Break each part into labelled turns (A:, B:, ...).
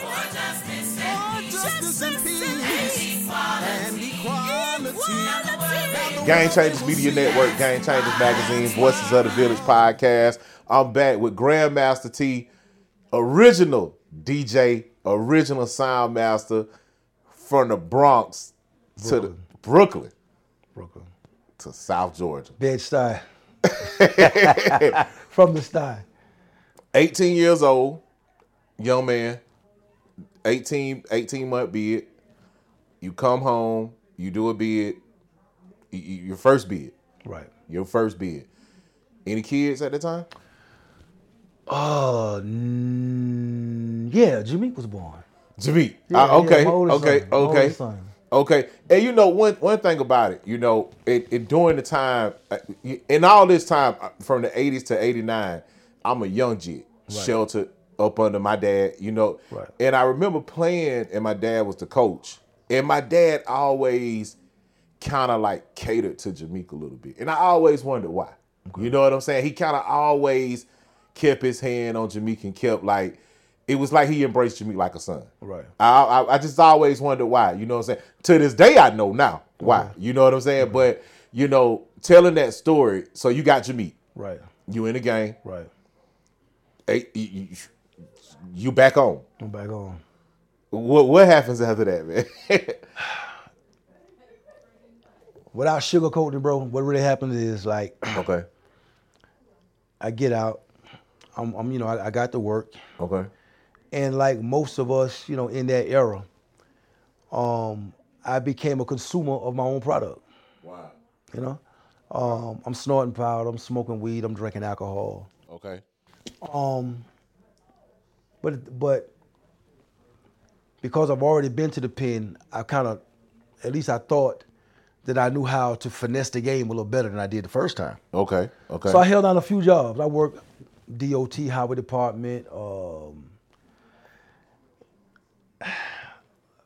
A: justice
B: For justice and peace and equality.
C: Game Changers Media Network, Game Changers Magazine, Voices of the Village podcast. I'm back with Grandmaster T, original DJ, original sound master from the Bronx to the Brooklyn
D: Brooklyn.
C: to South Georgia.
D: Bed Stuy. From the Stuy.
C: 18 years old, young man, 18, 18 month bid. You come home, you do a bid, y- y- your first bid,
D: Right.
C: your first bid. Any kids at the time?
D: Oh, mm, yeah, Jimmy was born.
C: Javi.
D: Yeah,
C: Ah, okay.
D: yeah, my oldest
C: okay.
D: son, my
C: Okay.
D: oldest son.
C: Okay. And you know one one thing about it, you know, it, it during the time uh, you- in all this time uh, from the 80s to 89, I'm a young jit, sheltered up under my dad, you know.
D: Right.
C: And I remember playing and my dad was the coach. And my dad always kind of like catered to Jamaica a little bit. And I always wondered why. You know what I'm saying? He kind of always kept his hand on Jamaica and kept like, it was like he embraced Jamaica like a son.
D: Right.
C: I, I, I just always wondered why. You know what I'm saying? To this day, I know now why. You know what I'm saying? But, you know, telling that story, so you got Jamaica.
D: Right.
C: You in the game.
D: Right.
C: Hey, you, you- you back on.
D: I'm back on.
C: What, what happens after that, man?
D: Without sugarcoating, bro, what really happened is like
C: okay.
D: I get out. I'm, I'm you know, I, I got to work.
C: Okay.
D: and like most of us, you know, in that era, um, I became a consumer of my own product.
C: Wow.
D: You know, um, I'm snorting powder, I'm smoking weed, I'm drinking alcohol.
C: Okay.
D: Um, but but because I've already been to the pen, I kind of, at least I thought that I knew how to finesse the game a little better than I did the first time.
C: Okay. Okay.
D: So I held down a few jobs. I worked DOT, Highway Department. Um,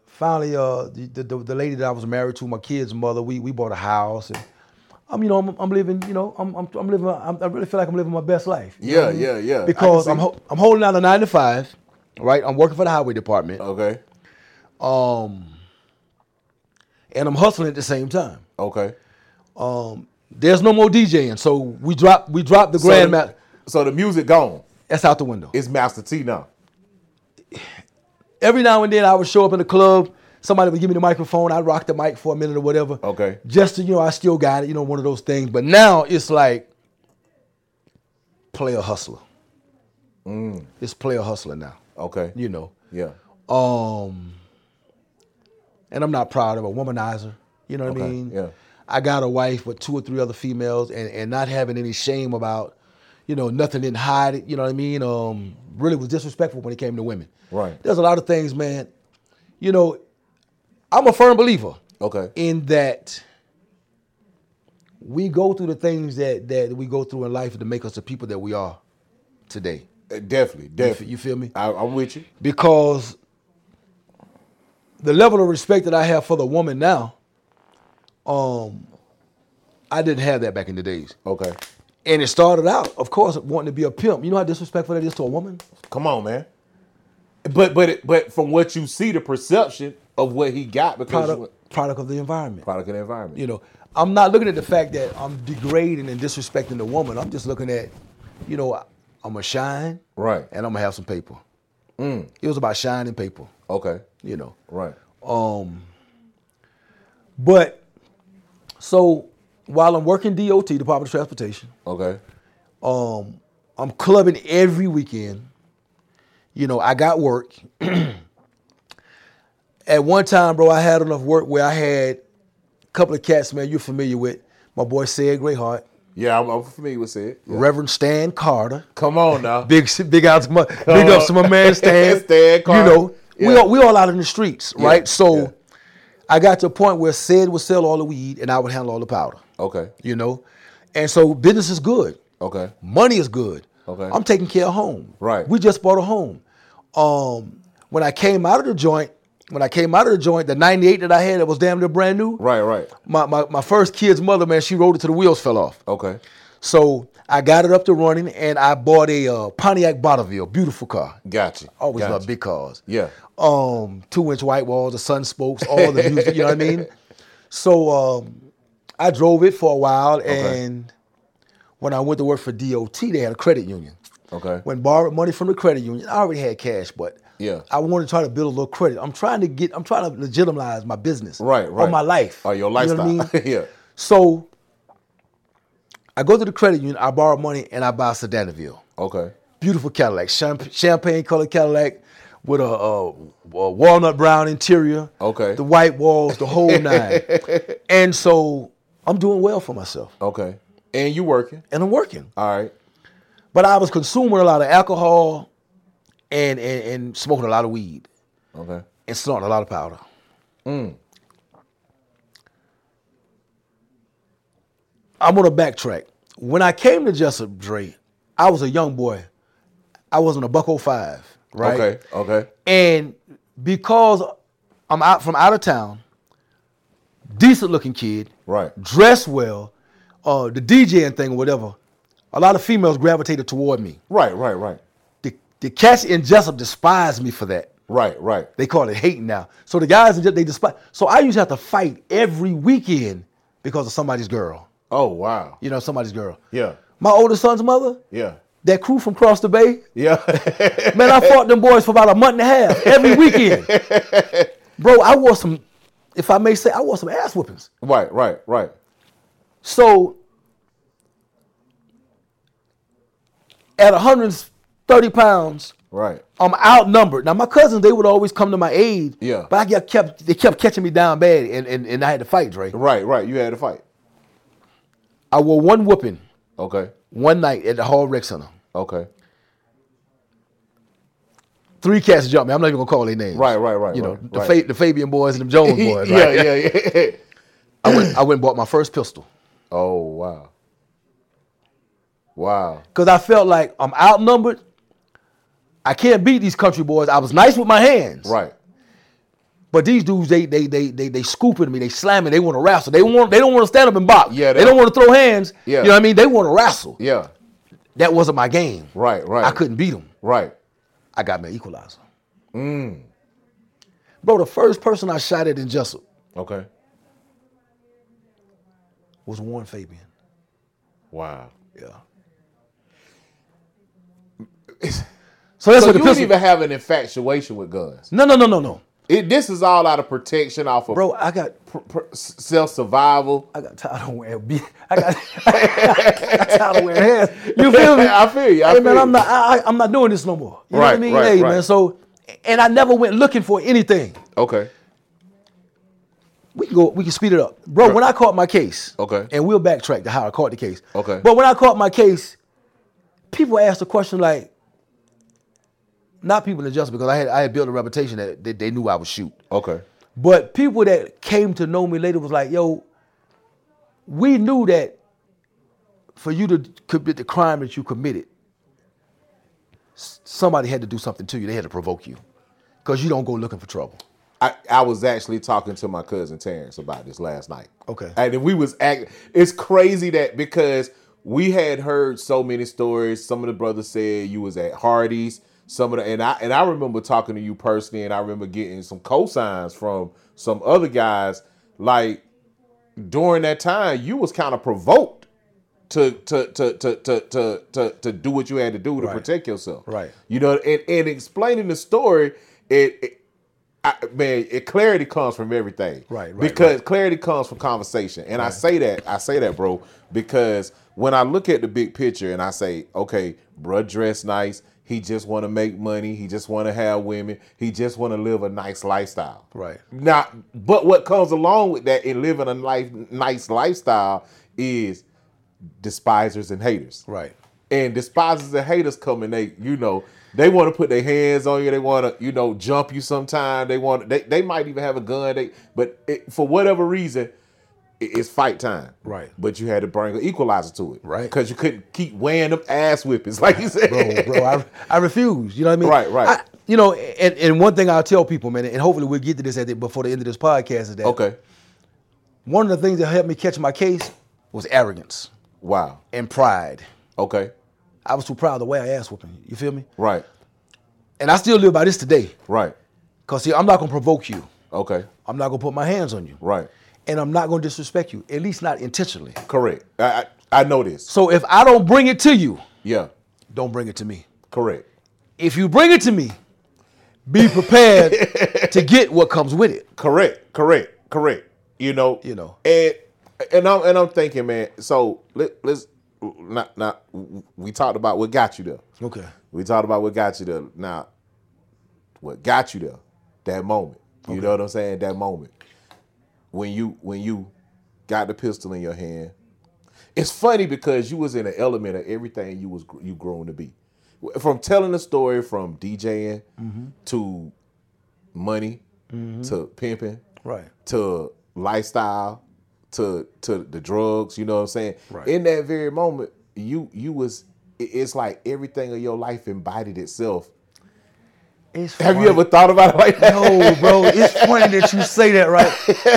D: finally, uh, the, the the lady that I was married to, my kid's mother, we we bought a house, and I'm you know I'm, I'm living you know I'm I'm, I'm living I'm, I really feel like I'm living my best life. you know
C: Yeah,
D: what I mean?
C: yeah, yeah. I can
D: Because
C: see-
D: I'm ho- I'm holding down a nine to five, right? I'm working for the Highway Department,
C: okay. Uh-huh.
D: um, and I'm hustling at the same time.
C: Okay.
D: Um, there's no more DJing, so we drop we drop the
C: So
D: grand
C: the-
D: ma-
C: So the music gone.
D: That's out the window.
C: It's Master T now.
D: Every now and then I would show up in the club. Somebody would give me the microphone. I'd rock the mic for a minute or whatever.
C: Okay.
D: Just to, you know, I still got it, you know, one of those things. But now it's like player hustler. It's player hustler now,
C: Okay.
D: you know.
C: Yeah.
D: Um, and I'm not proud of a womanizer. You know what I
C: Okay,
D: mean?
C: yeah.
D: I got a wife with two or three other females, and, and not having any shame about, you know, nothing didn't hide it. You know what I mean? Um, really was disrespectful when it came to women.
C: Right.
D: There's a lot of things, man. You know, I'm a firm believer
C: Okay.
D: in that we go through the things that that we go through in life to make us the people that we are today.
C: Uh, definitely.
D: You, f-
C: Definitely.
D: you feel me?
C: I, I'm with you.
D: because the level of respect that I have for the woman now, um, I didn't have that back in the days.
C: Okay.
D: And it started out, of course, wanting to be a pimp. You know how disrespectful that is to a woman?
C: Come on, man. But but it, but from what you see, the perception of what he got because you
D: Product, product of the environment.
C: product of the environment.
D: You know, I'm not looking at the fact that I'm degrading and disrespecting the woman. I'm just looking at, you know, I'm gonna shine
C: Right.
D: and I'm gonna have some paper. It was about shine and paper,
C: Okay.
D: you know.
C: Right.
D: Um, but so while I'm working DOT, Department of Transportation,
C: Okay.
D: um, I'm clubbing every weekend. You know, I got work. At one time, bro, I had enough work where I had a couple of cats, man, you're familiar with. My boy Sid Greyheart,
C: Yeah, I'm, I'm familiar with it. Yeah.
D: Reverend Stan Carter.
C: Come on now.
D: Big big out to my big
C: on.
D: ups to my man Stan.
C: Stan Carter.
D: You know, we
C: Yeah.
D: all we all out in the streets, right? So
C: yeah.
D: I got to a point where Sid would sell all the weed and I would handle all the powder.
C: Okay.
D: You know? And so business is good.
C: Okay.
D: Money is good.
C: Okay.
D: I'm taking care of home.
C: Right.
D: We just bought a home. Um when I came out of the joint, when I came out of the joint, the 98 that I had that was damn near brand new.
C: Right. Right.
D: My, my, my first kid's mother, man, she rode it till the wheels fell off.
C: Okay.
D: So I got it up to running, and I bought a uh, Pontiac Bonneville, beautiful car.
C: Gotcha.
D: Always
C: gotcha.
D: love big cars.
C: Yeah.
D: Um, two inch white walls, the sun spokes, all the music. you know what I mean? So um, I drove it for a while, and when I went to work for DOT, they had a credit union.
C: Okay.
D: When borrowed money from the credit union, I already had cash, but
C: Yeah.
D: I wanted to try to build a little credit. I'm trying to get, I'm trying to legitimize my business,
C: Right, right.
D: or my life,
C: Oh, your
D: You know what I
C: lifestyle.
D: mean?
C: yeah.
D: So I go to the credit union, I borrow money, and I buy a Sedanville.
C: Okay.
D: Beautiful Cadillac, champ- champagne colored Cadillac with a, uh a walnut brown interior.
C: Okay.
D: The white walls, the whole nine. and so I'm doing well for myself
C: Okay. And you working.
D: and I'm working.
C: All right.
D: But I was consuming a lot of alcohol and, and, and smoking a lot of weed
C: Okay.
D: and snorting a lot of powder. I'm gonna backtrack. When I came to Jessup Dre, I was a young boy. I was in a buck 05, right?
C: Okay. Okay.
D: And because I'm out from out of town, decent looking kid,
C: Right.
D: dressed well, uh, the DJing thing or whatever, a lot of females gravitated toward me.
C: Right. Right. Right.
D: The, the cats in Jessup despised me for that.
C: Right. Right.
D: They call it hating now. So the guys in Jessup, they despise. So I used to have to fight every weekend because of somebody's girl.
C: Oh wow.
D: You know, somebody's girl.
C: Yeah.
D: My oldest son's mother,
C: Yeah.
D: that crew from Cross the Bay,
C: Yeah.
D: man, I fought them boys for about a month and a half every weekend. Bro, I wore some, if I may say, I wore some ass whoopings.
C: right. Right. Right.
D: So at 130 pounds,
C: Right.
D: I'm outnumbered. Now my cousins, they would always come to my aid.
C: Yeah.
D: But I got kept they kept catching me down bad and, and, and I had to fight, Dre.
C: Right. Right. You had a fight.
D: I wore one whooping
C: Okay.
D: one night at the Hall Rec Center.
C: Okay.
D: Three cats jumped me. I'm not even gonna call their names.
C: Right, right, right,
D: You know,
C: right,
D: the,
C: right.
D: Fa- the Fabian boys and the Jones boys, right?
C: yeah. Yeah. Yeah.
D: I went, I went and bought my first pistol
C: oh wow. Wow.
D: because I felt like I'm outnumbered. I can't beat these country boys. I was nice with my hands,
C: Right.
D: But these dudes, they they they they they scooping me, they slamming, they want to wrestle. They want they don't want to stand up and box.
C: Yeah,
D: they,
C: they-
D: don't want to throw hands.
C: Yeah.
D: you know what I mean. They want to wrestle.
C: Yeah.
D: That wasn't my game.
C: Right. Right.
D: I couldn't beat them.
C: Right.
D: I got my equalizer. Mm. Bro, the first person I shot at in Jessup
C: Okay.
D: was Warren Fabian.
C: Wow.
D: Yeah. So that's
C: So
D: what
C: you
D: the
C: didn't
D: pistol.
C: even have an infatuation with guns.
D: no, no, no, no, no.
C: It, this is all out of protection, off of
D: Bro, I got
C: pr- pr- self survival.
D: I got tired of wearing be- I got, I got tired of wearing hats. You feel me?
C: I feel you. I
D: hey man,
C: feel
D: I'm
C: you.
D: not I, I- I'm not doing this no more. You know what I
C: Right,
D: mean?
C: right,
D: hey man,
C: right.
D: so and I never went looking for anything.
C: Okay.
D: We can go we can speed it up. Bro, when I caught my case,
C: Okay.
D: and we'll backtrack to how I caught the case.
C: Okay.
D: But when I caught my case, people asked the question like not people in justice because I had I had built a reputation that they, they knew I would shoot.
C: Okay.
D: But people that came to know me later was like, yo, we knew that for you to commit the crime that you committed, s- somebody had to do something to you. They had to provoke you because you don't go looking for trouble.
C: I, I was actually talking to my cousin Terrence about this last night.
D: Okay.
C: And then we was act it's crazy that because we had heard so many stories. Some of the brothers said you was at Hardy's, some of the and I and I remember talking to you personally and I remember getting some cosigns from some other guys. Like during that time, you was kind of provoked to to to to to to to, to do what you had to do to
D: Right.
C: protect yourself.
D: Right.
C: You know, and, and explaining the story, it, it I, man, it, clarity comes from everything.
D: Right, right,
C: Because clarity comes from conversation. And I say that, I say that, bro, because when I look at the big picture and I say, okay, bruh dress nice, he just want to make money, he just want to have women, he just want to live a nice lifestyle.
D: Right.
C: Now, but what comes along with that in living a life, nice lifestyle is despisers and haters
D: Right.
C: and despisers and haters come and they you know they want to put their hands on you they want to you know jump you sometime they want they, they might even have a gun they but it, for whatever reason it- it's fight time
D: Right.
C: but you had to bring an equalizer to it
D: Right.
C: because you couldn't keep weighing them ass whippings like you said
D: Bro, bro, I, I refuse. You know what I mean?
C: Right, right.
D: I- you know, and, and one thing I'll tell people, man, and hopefully we'll get to this at the, before the end of this podcast is that
C: okay
D: one of the things that helped me catch my case was arrogance.
C: Wow.
D: and pride.
C: Okay.
D: I was too proud to wear an ass whooping. You feel me?
C: Right.
D: And I still live by this today.
C: Right.
D: Cause see, I'm not gonna provoke you.
C: Okay.
D: I'm not gonna put my hands on you.
C: Right.
D: And I'm not gonna disrespect you, at least not intentionally.
C: Correct. I I, I know this.
D: So if I don't bring it to you,
C: Yeah.
D: don't bring it to me.
C: Correct.
D: If you bring it to me, be prepared to get what comes with it.
C: Correct. Correct. Correct. You know.
D: You know.
C: And and I'm and I'm thinking, man. So let, let's not not we talked about what got you there.
D: Okay.
C: We talked about what got you there. Now, what got you there? That moment. You know what I'm saying? That moment when you when you got the pistol in your hand. It's funny because you was in an element of everything you was gr- you grown to be, from telling the story, from DJing to money to pimping
D: Right.
C: to lifestyle to to the drugs you know what i'm saying
D: Right.
C: in that very moment you you was it- it's like everything of your life embodied itself
D: It's
C: have
D: funny.
C: you ever thought about it like that
D: No, bro. It's funny that you say that,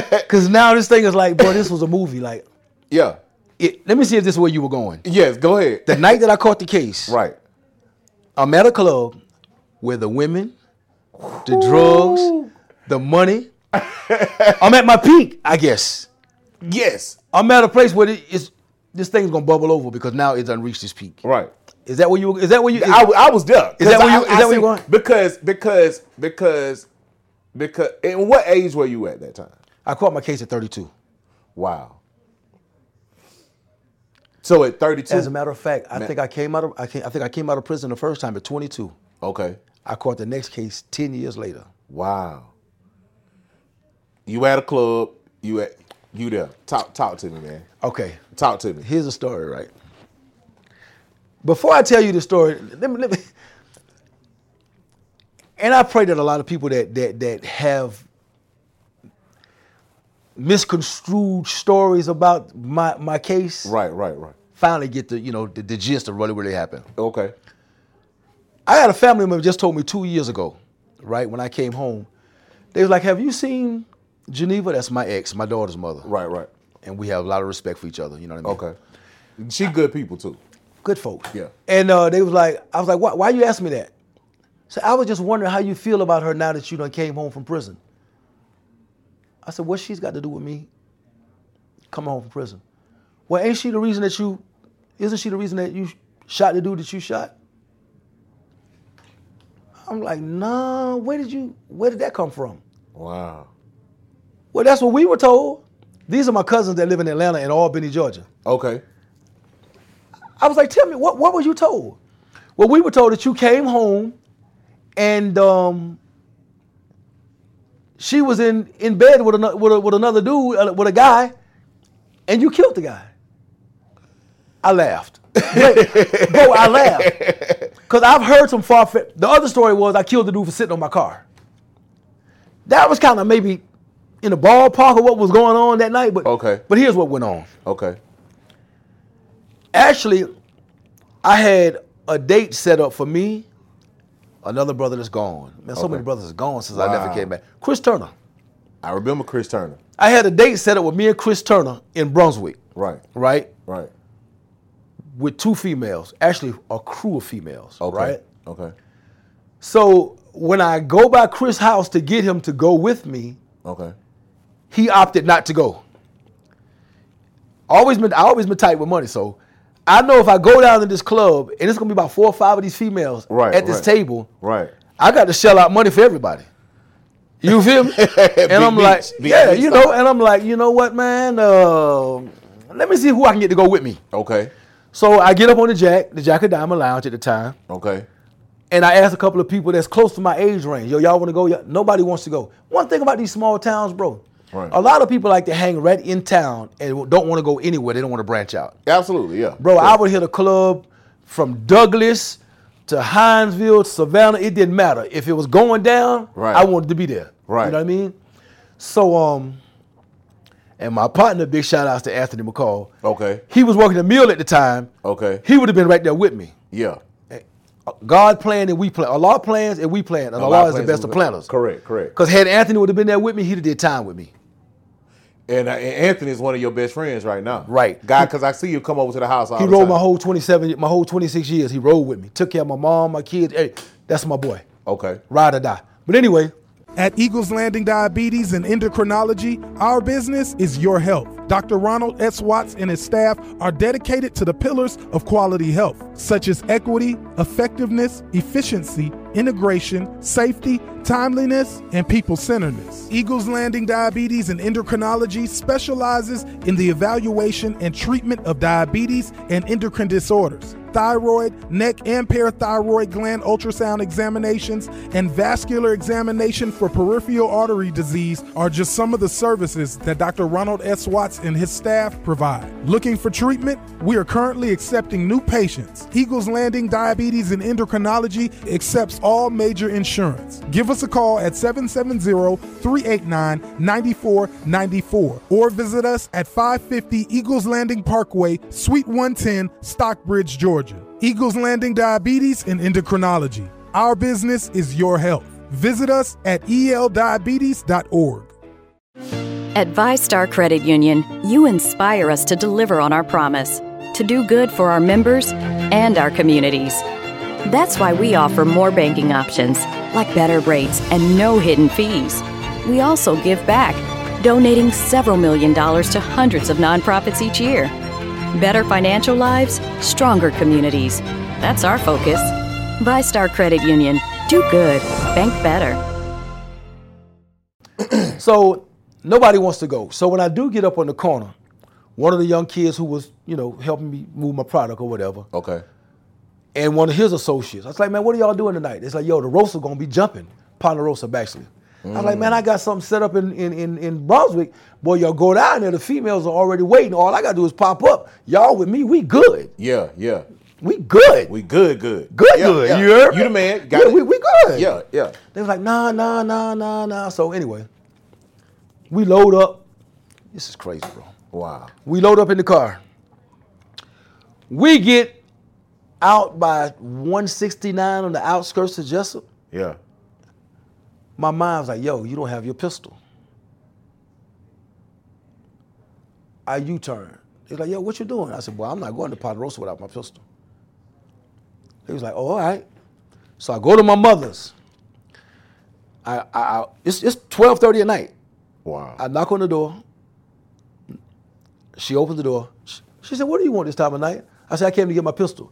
D: right? Cause now this thing is like, bro, this was a movie. Like,
C: yeah
D: it, let me see if this is where you were going.
C: yes go ahead
D: The night that I caught the case,
C: right
D: I'm at a club where the women, the drugs, the money. I'm at my peak, I guess.
C: yes
D: I'm at a place where it- it's, this thing's gonna bubble over because now it's unreached its peak.
C: right
D: Is that where you? Is that where you?
C: I, w- I was there
D: Is that where you-
C: I-
D: is
C: I
D: that where you
C: seen-
D: going?
C: because because because because and what age were you at that time
D: I caught my case at 32.
C: wow so at 32
D: As a matter of fact, I
C: Ma-
D: think I came out of I, came, I think I came out of prison the first time at 22.
C: okay
D: I caught the next case 10 years later.
C: Wow. You at a club. You at you there. Talk talk to me, man.
D: Okay,
C: Talk to me.
D: here's a story, right? Before I tell you the story, let me, let me and I pray that a lot of people that that that have misconstrued stories about my my case
C: Right, right, right.
D: finally get the you know the, the gist of really really happened.
C: Okay.
D: I had a family member just told me two years ago, right when I came home, they was like, "Have you seen Geneva? That's my ex, my daughter's mother,
C: Right, right.
D: and we have a lot of respect for each other. You know what I mean?
C: Okay. She good people too.
D: good folk.
C: Yeah.
D: And uh, they was like, I was like, why, why you ask me that? So I was just wondering how you feel about her now that you done came home from prison. I said, what she's got to do with me coming home from prison? Well, ain't she the reason that you, isn't she the reason that you shot the dude that you shot? I'm like, nah, where did you, where did that come from?
C: Wow.
D: Well, that's what we were told. These are my cousins that live in Atlanta and Albany, Georgia.
C: Okay.
D: I was like, tell me, what, what were you told? Well, we were told that you came home and um, she was in, in bed with another, with, a, with another dude, uh, with a guy, and you killed the guy. I laughed. Wait, bro, I laughed. Because I've heard some far fetched. The other story was I killed the dude for sitting on my car. That was kind of maybe in the ballpark of what was going on that night, but,
C: Okay.
D: but here's what went on
C: Okay.
D: actually, I had a date set up for me. Another brother that's gone. Man, so
C: Okay.
D: many brothers is gone since I
C: Wow.
D: never came back. Chris Turner.
C: I remember Chris Turner.
D: I had a date set up with me and Chris Turner in Brunswick,
C: Right.
D: right?
C: Right.
D: With two females, actually a crew of females,
C: Okay.
D: right?
C: Okay.
D: So when I go by Chris' house to get him to go with me,
C: Okay.
D: he opted not to go. Always been, I always been tight with money, so I know if I go down to this club and it's gonna be about four or five of these females
C: Right,
D: at this
C: right.
D: table,
C: Right.
D: I got to shell out money for everybody. You feel me?
C: Big
D: and I'm like,
C: beach, big
D: yeah,
C: beach
D: you know, and I'm like, you know what, man? Uh, let me see who I can get to go with me.
C: Okay.
D: So I get up on the Jack, the Jack of Diamond Lounge at the time,
C: Okay.
D: and I ask a couple of people that's close to my age range, yo, y'all want to go? Y'all- Nobody wants to go. One thing about these small towns, bro,
C: Right.
D: a lot of people like to hang right in town and don't want to go anywhere. They don't want to branch out.
C: Absolutely. Yeah.
D: Bro, I would hit a club from Douglas to Hinesville, Savannah. It didn't matter. If it was going down,
C: Right.
D: I wanted to be there.
C: Right.
D: You know what I mean? So, um, and my partner, big shout outs to Anthony McCall.
C: Okay.
D: He was working a meal at the time.
C: Okay.
D: He would have been right there with me.
C: Yeah.
D: God planned and we plan. Allah plans and we plan. And Allah, is the best of planners.
C: Correct. Correct.
D: Because had Anthony would have been there with me, he'd have did time with me.
C: And, uh, and Anthony is one of your best friends right now.
A: Right.
C: Guy, because I see you come over to the house all
D: He
C: the
D: rode
C: time.
D: my whole 27, my whole 26 years. He rode with me. Took care of my mom, my kids. Hey, that's my boy.
C: Okay.
D: Ride or die. But anyway,
E: At Eagles Landing Diabetes and Endocrinology, our business is your health. Dr. Ronald S. Watts and his staff are dedicated to the pillars of quality health, such as equity, effectiveness, efficiency, integration, safety, timeliness, and people centeredness. Eagles Landing Diabetes and Endocrinology specializes in the evaluation and treatment of diabetes and endocrine disorders thyroid, neck and parathyroid gland ultrasound examinations, and vascular examination for peripheral artery disease are just some of the services that Dr. Ronald S. Watts and his staff provide. Looking for treatment? We are currently accepting new patients. Eagles Landing Diabetes and Endocrinology accepts all major insurance. Give us a call at 770-389-9494 or visit us at 550 Eagles Landing Parkway, Suite 110, Stockbridge, Georgia. Eagles Landing Diabetes and Endocrinology. Our business is your health. Visit us at E eldiabetes.org.
F: At ViStar Credit Union, you inspire us to deliver on our promise to do good for our members and our communities. That's why we offer more banking options, like better rates and no hidden fees. We also give back, donating several million dollars to hundreds of nonprofits each year. Better financial lives, stronger communities. That's our focus. ViStar Credit Union. Do good. Bank better.
D: so nobody wants to go. So when I do get up on the corner, one of the young kids who was, you know, helping me move my product or whatever,
C: Okay.
D: and one of his associates. I was like, man, what are y'all doing tonight? It's like, yo, the roaster gonna be jumping. Ponderosa roaster, Baxley. I was like, man, I got something set up in, in, in, in Brunswick. Boy, y'all go down there. The females are already waiting. All I gotta do is pop up. Y'all with me, we good.
C: Yeah, yeah.
D: We good.
C: We good, good.
D: good,
C: Yeah,
D: good.
C: yeah.
D: You heard me?
C: You the man. Got
D: yeah,
C: it.
D: We, we good.
C: Yeah, yeah.
D: They was like, nah, nah, nah, nah, nah. So anyway, we load up. This is crazy, bro.
C: Wow.
D: We load up in the car. We get out by 169 on the outskirts of Jessup.
C: Yeah.
D: My mom's like, yo, you don't have your pistol. I U turn. They like, yo, what you doing? I said, well, I'm not going to Ponderosa without my pistol. They was like, oh, all right. So I go to my mother's. I, I, I it's, it's 12:30 at night.
C: Wow.
D: I knock on the door. She opens the door. She, she said, What do you want this time of night? I said, I came to get my pistol.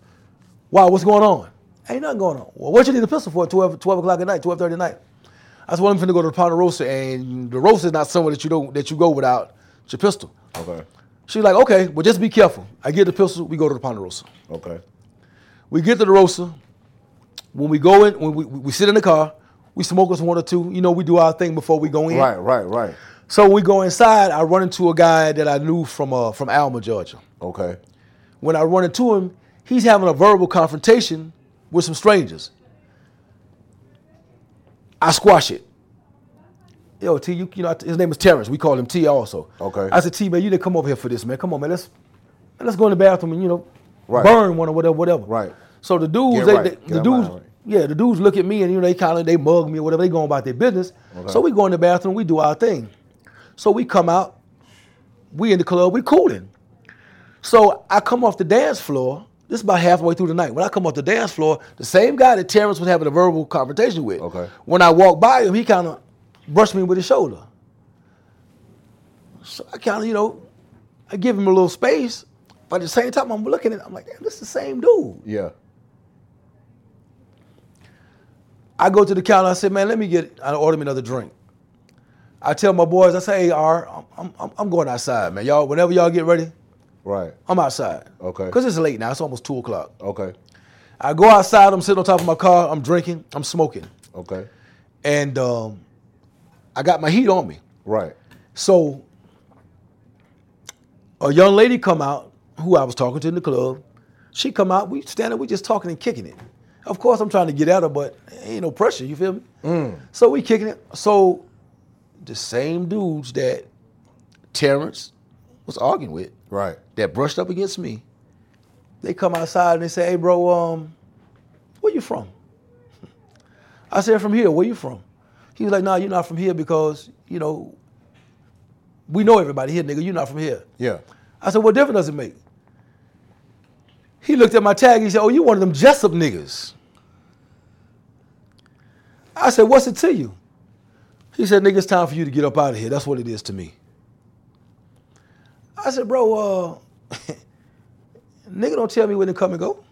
D: Wow, what's going on? Ain't nothing going on. Well, what you need a pistol for at 12, 12 o'clock at night, 12.30 at night? I said, Well, I'm finna go to the Ponderosa, and the roaster is not somewhere that you don't that you go without your pistol.
C: okay.
D: She's like, okay, well just be careful. I get the pistol, we go to the Ponderosa.
C: Okay.
D: We get to the Rosa. When we go in, when we, we sit in the car, we smoke us one or two. You know, we do our thing before we go in.
C: Right, right, right.
D: So when we go inside, I run into a guy that I knew from uh, from Alma, Georgia.
C: Okay.
D: When I run into him, he's having a verbal confrontation with some strangers. I squash it. Yo, T, you, you know his name is Terrence. We call him T also.
C: Okay.
D: I said, T, man, you didn't come over here for this, man. Come on, man. Let's man, let's go in the bathroom and you know
C: Right.
D: burn one or whatever, whatever.
C: Right.
D: So the dudes,
C: Get
D: they,
C: right.
D: they-
C: Get
D: the
C: out my
D: dudes,
C: way.
D: yeah, the dudes look at me and you know they kind of they mug me or whatever. They going about their business. So we go in the bathroom, we do our thing. So we come out, we in the club, we cooling. So I come off the dance floor. This is about halfway through the night. When I come off the dance floor, the same guy that Terrence was having a verbal confrontation with.
C: Okay.
D: When I walk by him, he kind of brushed me with his shoulder. So I kind of, you know, I give him a little space, but at the same time, I'm looking at, I'm like, damn, this is the same dude.
C: Yeah.
D: I go to the counter. I said, man, let me get. I order me another drink. I tell my boys, I say, hey, R, I'm- I'm, I'm, I'm going outside, man. Y'all, whenever y'all get ready,
C: Right.
D: I'm outside.
C: Okay.
D: Cause it's late now. It's almost two o'clock.
C: Okay.
D: I go outside. I'm sitting on top of my car. I'm drinking. I'm smoking,
C: Okay.
D: and um, I got my heat on me.
C: Right.
D: So a young lady come out who I was talking to in the club. She come out, we standing, we just talking and kicking it. Of course, I'm trying to get at her, but ain't no pressure. You feel me? So we kicking it. So the same dudes that Terrence was arguing with,
C: Right.
D: that brushed up against me, they come outside and they say, "Hey, bro, um, where you from?" I said, "From here. Where you from?" He was like, "Nah, you're not from here because you know we know everybody here, nigga. You're not from here.
C: Yeah.
D: I said, what difference does it make? He looked at my tag. He said, oh, you one of them Jessup niggas. I said, what's it to you? He said, nigga, it's time for you to get up out of here. That's what it is to me. I said, bro, uh, nigga don't tell me when to come and go.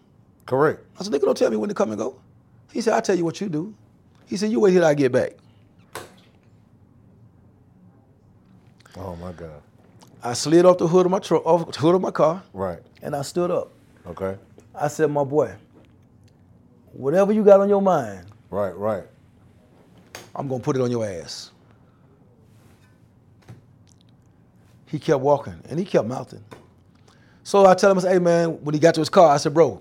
C: Correct.
D: I said, nigga, don't tell me when to come and go. He said, I'll tell you what you do. He said, you wait here till I get back.
C: Oh my God.
D: I slid off the hood of my truck, off the hood of my car,
C: Right.
D: and I stood up.
C: Okay.
D: I said, my boy, whatever you got on your mind,
C: Right. Right.
D: I'm gonna put it on your ass. He kept walking and he kept mouthing. So I tell him, I said, hey man, when he got to his car, I said, bro,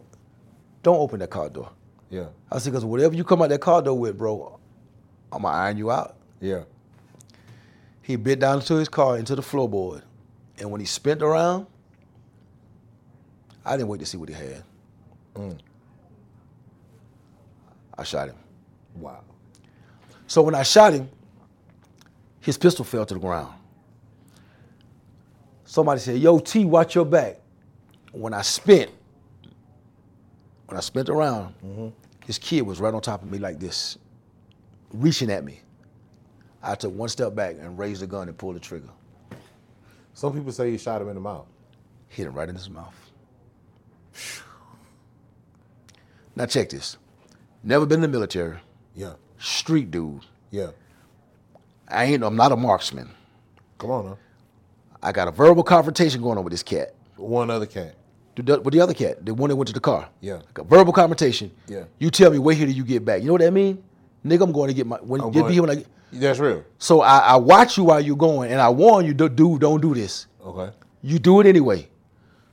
D: don't open that car door.
C: Yeah.
D: I said, because whatever you come out that car door with, bro, I'm gonna iron you out.
C: Yeah.
D: He bit down into his car, into the floorboard. And when he spent around, I didn't wait to see what he had. Mm. I shot him.
C: Wow.
D: So when I shot him, his pistol fell to the ground. Somebody said, Yo, T, watch your back. When I spent, when I spent around, his kid was right on top of me like this, reaching at me. I took one step back and raised the gun and pulled the trigger.
C: Some people say you shot him in the mouth.
D: hit him right in his mouth. Now check this. Never been in the military.
C: Yeah.
D: Street dude.
C: Yeah.
D: I ain't. I'm not a marksman.
C: Come on now.
D: I got a verbal confrontation going on with this cat.
C: One other cat.
D: The- the- With the other cat, the one that went to the car.
C: Yeah.
D: Like a verbal confrontation.
C: Yeah.
D: You tell me wait here till you get back. You know what that mean? Nigga, I'm going to get my. When,
C: I'm
D: you'll
C: going-
D: be here when I. get-
C: Oh, That's real.
D: So I, I watch you while you're going, and I warn you, "Du- dude, don't do this.
C: Okay.
D: You do it anyway.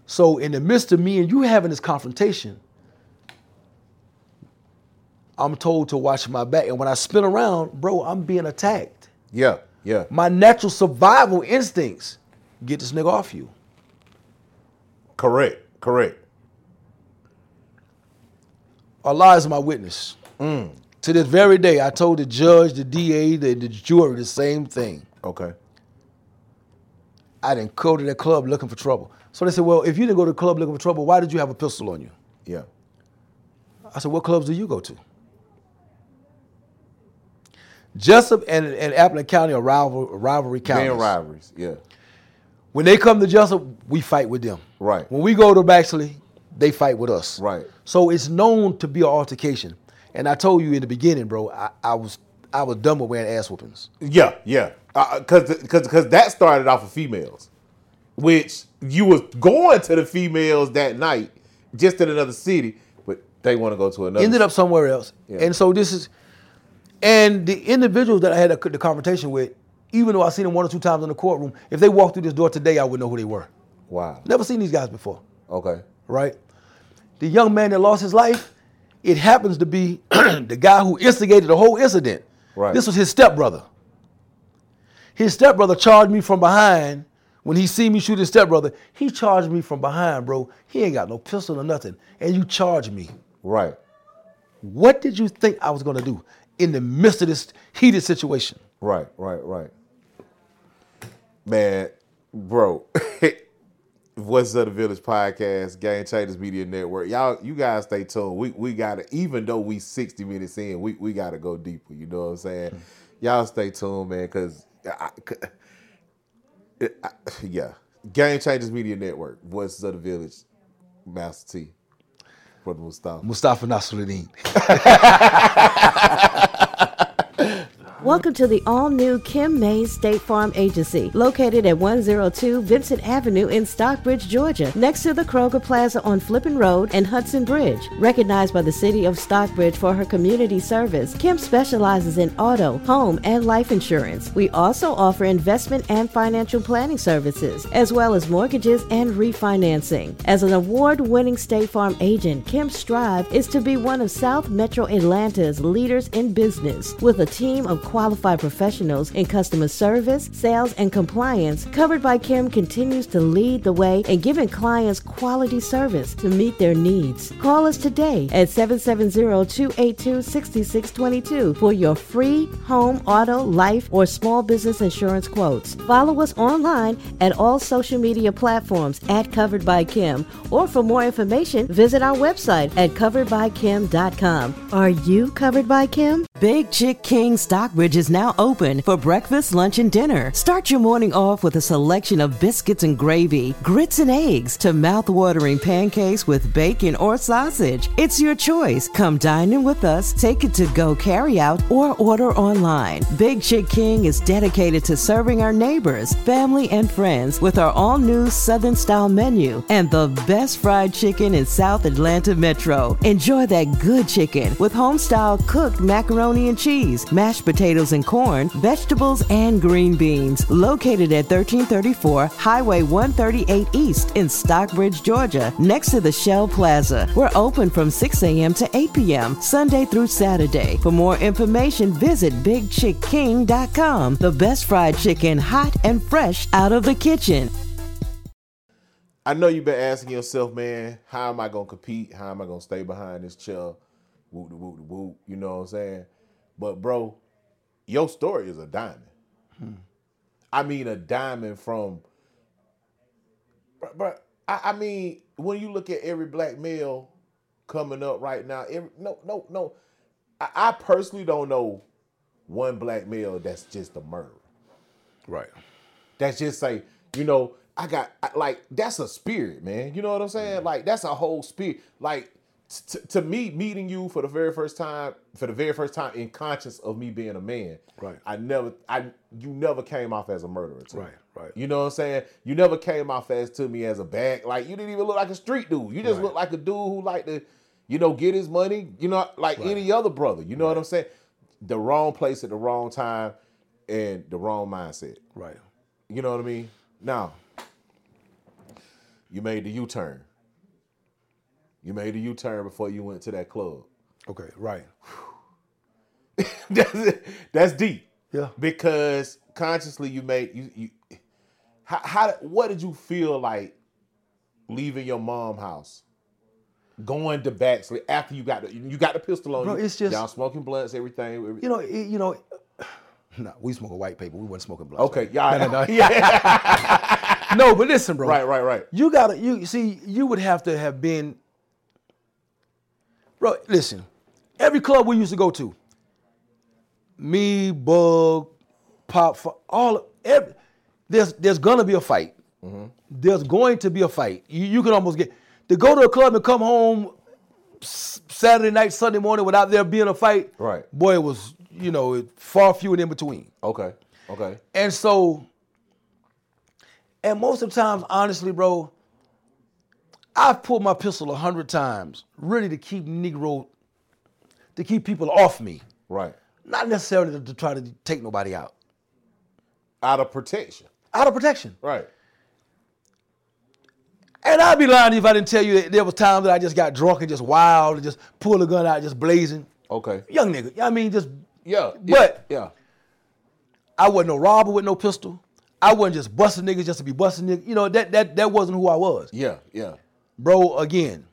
D: So in the midst of me and you having this confrontation, I'm told to watch my back. And when I spin around, bro, I'm being attacked.
C: Yeah. Yeah.
D: My natural survival instincts get this nigga off you.
C: Correct. Correct.
D: Allah is my witness. To this very day, I told the judge, the DA, the, the jury the same thing.
C: Okay.
D: I didn't go to that club looking for trouble. So they said, Well, if you didn't go to the club looking for trouble, why did you have a pistol on you?
C: Yeah.
D: I said, what clubs do you go to? Jessup and, and Appleton County are rival, rivalry counties.
C: Being rivalries. Yeah.
D: When they come to Jessup, we fight with them.
C: Right.
D: When we go to Baxley, they fight with us.
C: Right.
D: So it's known to be an altercation. And I told you in the beginning, bro, I, I was I was done with wearing ass whoopings.
C: Yeah, yeah, Uh, because because that started off with females, which you was going to the females that night, just in another city, but they want to go to another.
D: Ended up somewhere else.
C: Yeah.
D: And so this is, and the individuals that I had a, the confrontation with, even though I seen them one or two times in the courtroom, if they walked through this door today, I would know who they were.
C: Wow.
D: Never seen these guys before.
C: Okay.
D: right? The young man that lost his life, it happens to be the guy who instigated the whole incident.
C: Right.
D: This was his stepbrother. His stepbrother charged me from behind when he see me shoot his stepbrother. He charged me from behind, bro. He ain't got no pistol or nothing. And you charge me.
C: Right.
D: What did you think I was gonna do in the midst of this heated situation?
C: Right. Right. Right. Man, bro, Voices of the Village podcast, Game Changers Media Network. Y'all, you guys stay tuned. We we gotta, even though we sixty minutes in, we we gotta go deeper. You know what I'm saying? Y'all stay tuned, man, because. I, I- yeah. Game Changers Media Network, Voices of the Village, Master T, Brother Mustafa.
D: Mustafa Nasruddin.
A: Welcome to the all new Kim Mays State Farm Agency, located at 102 Vincent Avenue in Stockbridge, Georgia, next to the Kroger Plaza on Flippin Road and Hudson Bridge. Recognized by the City of Stockbridge for her community service, Kim specializes in auto, home, and life insurance. We also offer investment and financial planning services, as well as mortgages and refinancing. As an award winning State Farm agent, Kim Strive is to be one of South Metro Atlanta's leaders in business with a team of qualified qualified professionals in customer service, sales, and compliance, Covered by Kim continues to lead the way in giving clients quality service to meet their needs. Call us today at 770-282-6622 for your free home, auto, life, or small business insurance quotes. Follow us online at all social media platforms at Covered by Kim, or for more information, visit our website at coveredbykim.com. Are you covered by Kim? Big Chick King Stockbridge is now open for breakfast, lunch, and dinner. Start your morning off with a selection of biscuits and gravy, grits and eggs, to mouth-watering pancakes with bacon or sausage. It's your choice. Come dine in with us, take it to go carry out, or order online. Big Chick King is dedicated to serving our neighbors, family, and friends with our all-new Southern-style menu and the best fried chicken in South Atlanta Metro. Enjoy that good chicken with home-style cooked macaroni and cheese, mashed potatoes and corn, vegetables, and green beans. Located at 1334 Highway 138 East in Stockbridge, Georgia, next to the Shell Plaza. We're open from 6 a.m. to 8 p.m., Sunday through Saturday. For more information, visit BigChickKing.com. The best fried chicken, hot and fresh out of the kitchen.
C: I know you've been asking yourself, man, how am I gonna compete? How am I gonna stay behind this chair? Whoop de whoop de whoop. You know what I'm saying? But bro, your story is a diamond. I mean a diamond from but, I, I mean, when you look at every black male coming up right now, every, no, no, no. I, I personally don't know one black male that's just a murderer.
D: Right.
C: That's just say, you know, I got I- like that's a spirit, man. You know what I'm saying?
D: Mm-hmm.
C: Like that's a whole spirit. Like t- t- to me, meeting you for the very first time, for the very first time, in conscience of me being a man.
D: Right.
C: I never, I you never came off as a murderer. To me.
D: Right, right.
C: You know what I'm saying? You never came off as to me as a bag. Like you didn't even look like a street dude. You just
D: Right.
C: look like a dude who like to, you know, get his money. You know, like any other brother. You know what I'm saying? The wrong place at the wrong time, and the wrong mindset.
D: Right.
C: You know what I mean? Now, you made the U turn. You made the U turn before you went to that club.
D: Okay. Right.
C: that's, that's deep.
D: Yeah.
C: Because consciously you made you you how, how what did you feel like leaving your mom house? Going to Baxley after you got the, you got the pistol on
D: Bro,
C: you.
D: it's just-
C: y'all smoking blunts, everything. every-
D: You know. It, you know. No, we smoking white paper. We wasn't smoking black.
C: okay, y'all.
D: No, no, no.
C: yeah,
D: No, but listen, bro.
C: right, right, right.
D: You gotta. You see. You would have to have been. Bro, listen. Every club we used to go to. Me, Bug, Pop, for all every. There's there's gonna be a fight.
C: Mm-hmm.
D: There's going to be a fight. You, you can almost get to go to a club and come home s- Saturday night, Sunday morning without there being a fight.
C: Right.
D: Boy, it was you know it, far few and in between.
C: Okay, okay.
D: And so, and most of the times, honestly, bro, I've pulled my pistol a hundred times, really to keep Negro, to keep people off me,
C: Right.
D: not necessarily to, to try to take nobody out,
C: Out of protection.
D: out of protection.
C: Right.
D: And I'd be lying if I didn't tell you that there was times that I just got drunk and just wild and just pulled a gun out, just blazing,
C: Okay.
D: young nigga. I mean, just
C: Yeah.
D: But-
C: yeah.
D: I wasn't no robber with no pistol. I wasn't just busting niggas just to be busting niggas. You know that that that wasn't who I was.
C: Yeah. Yeah.
D: bro, again,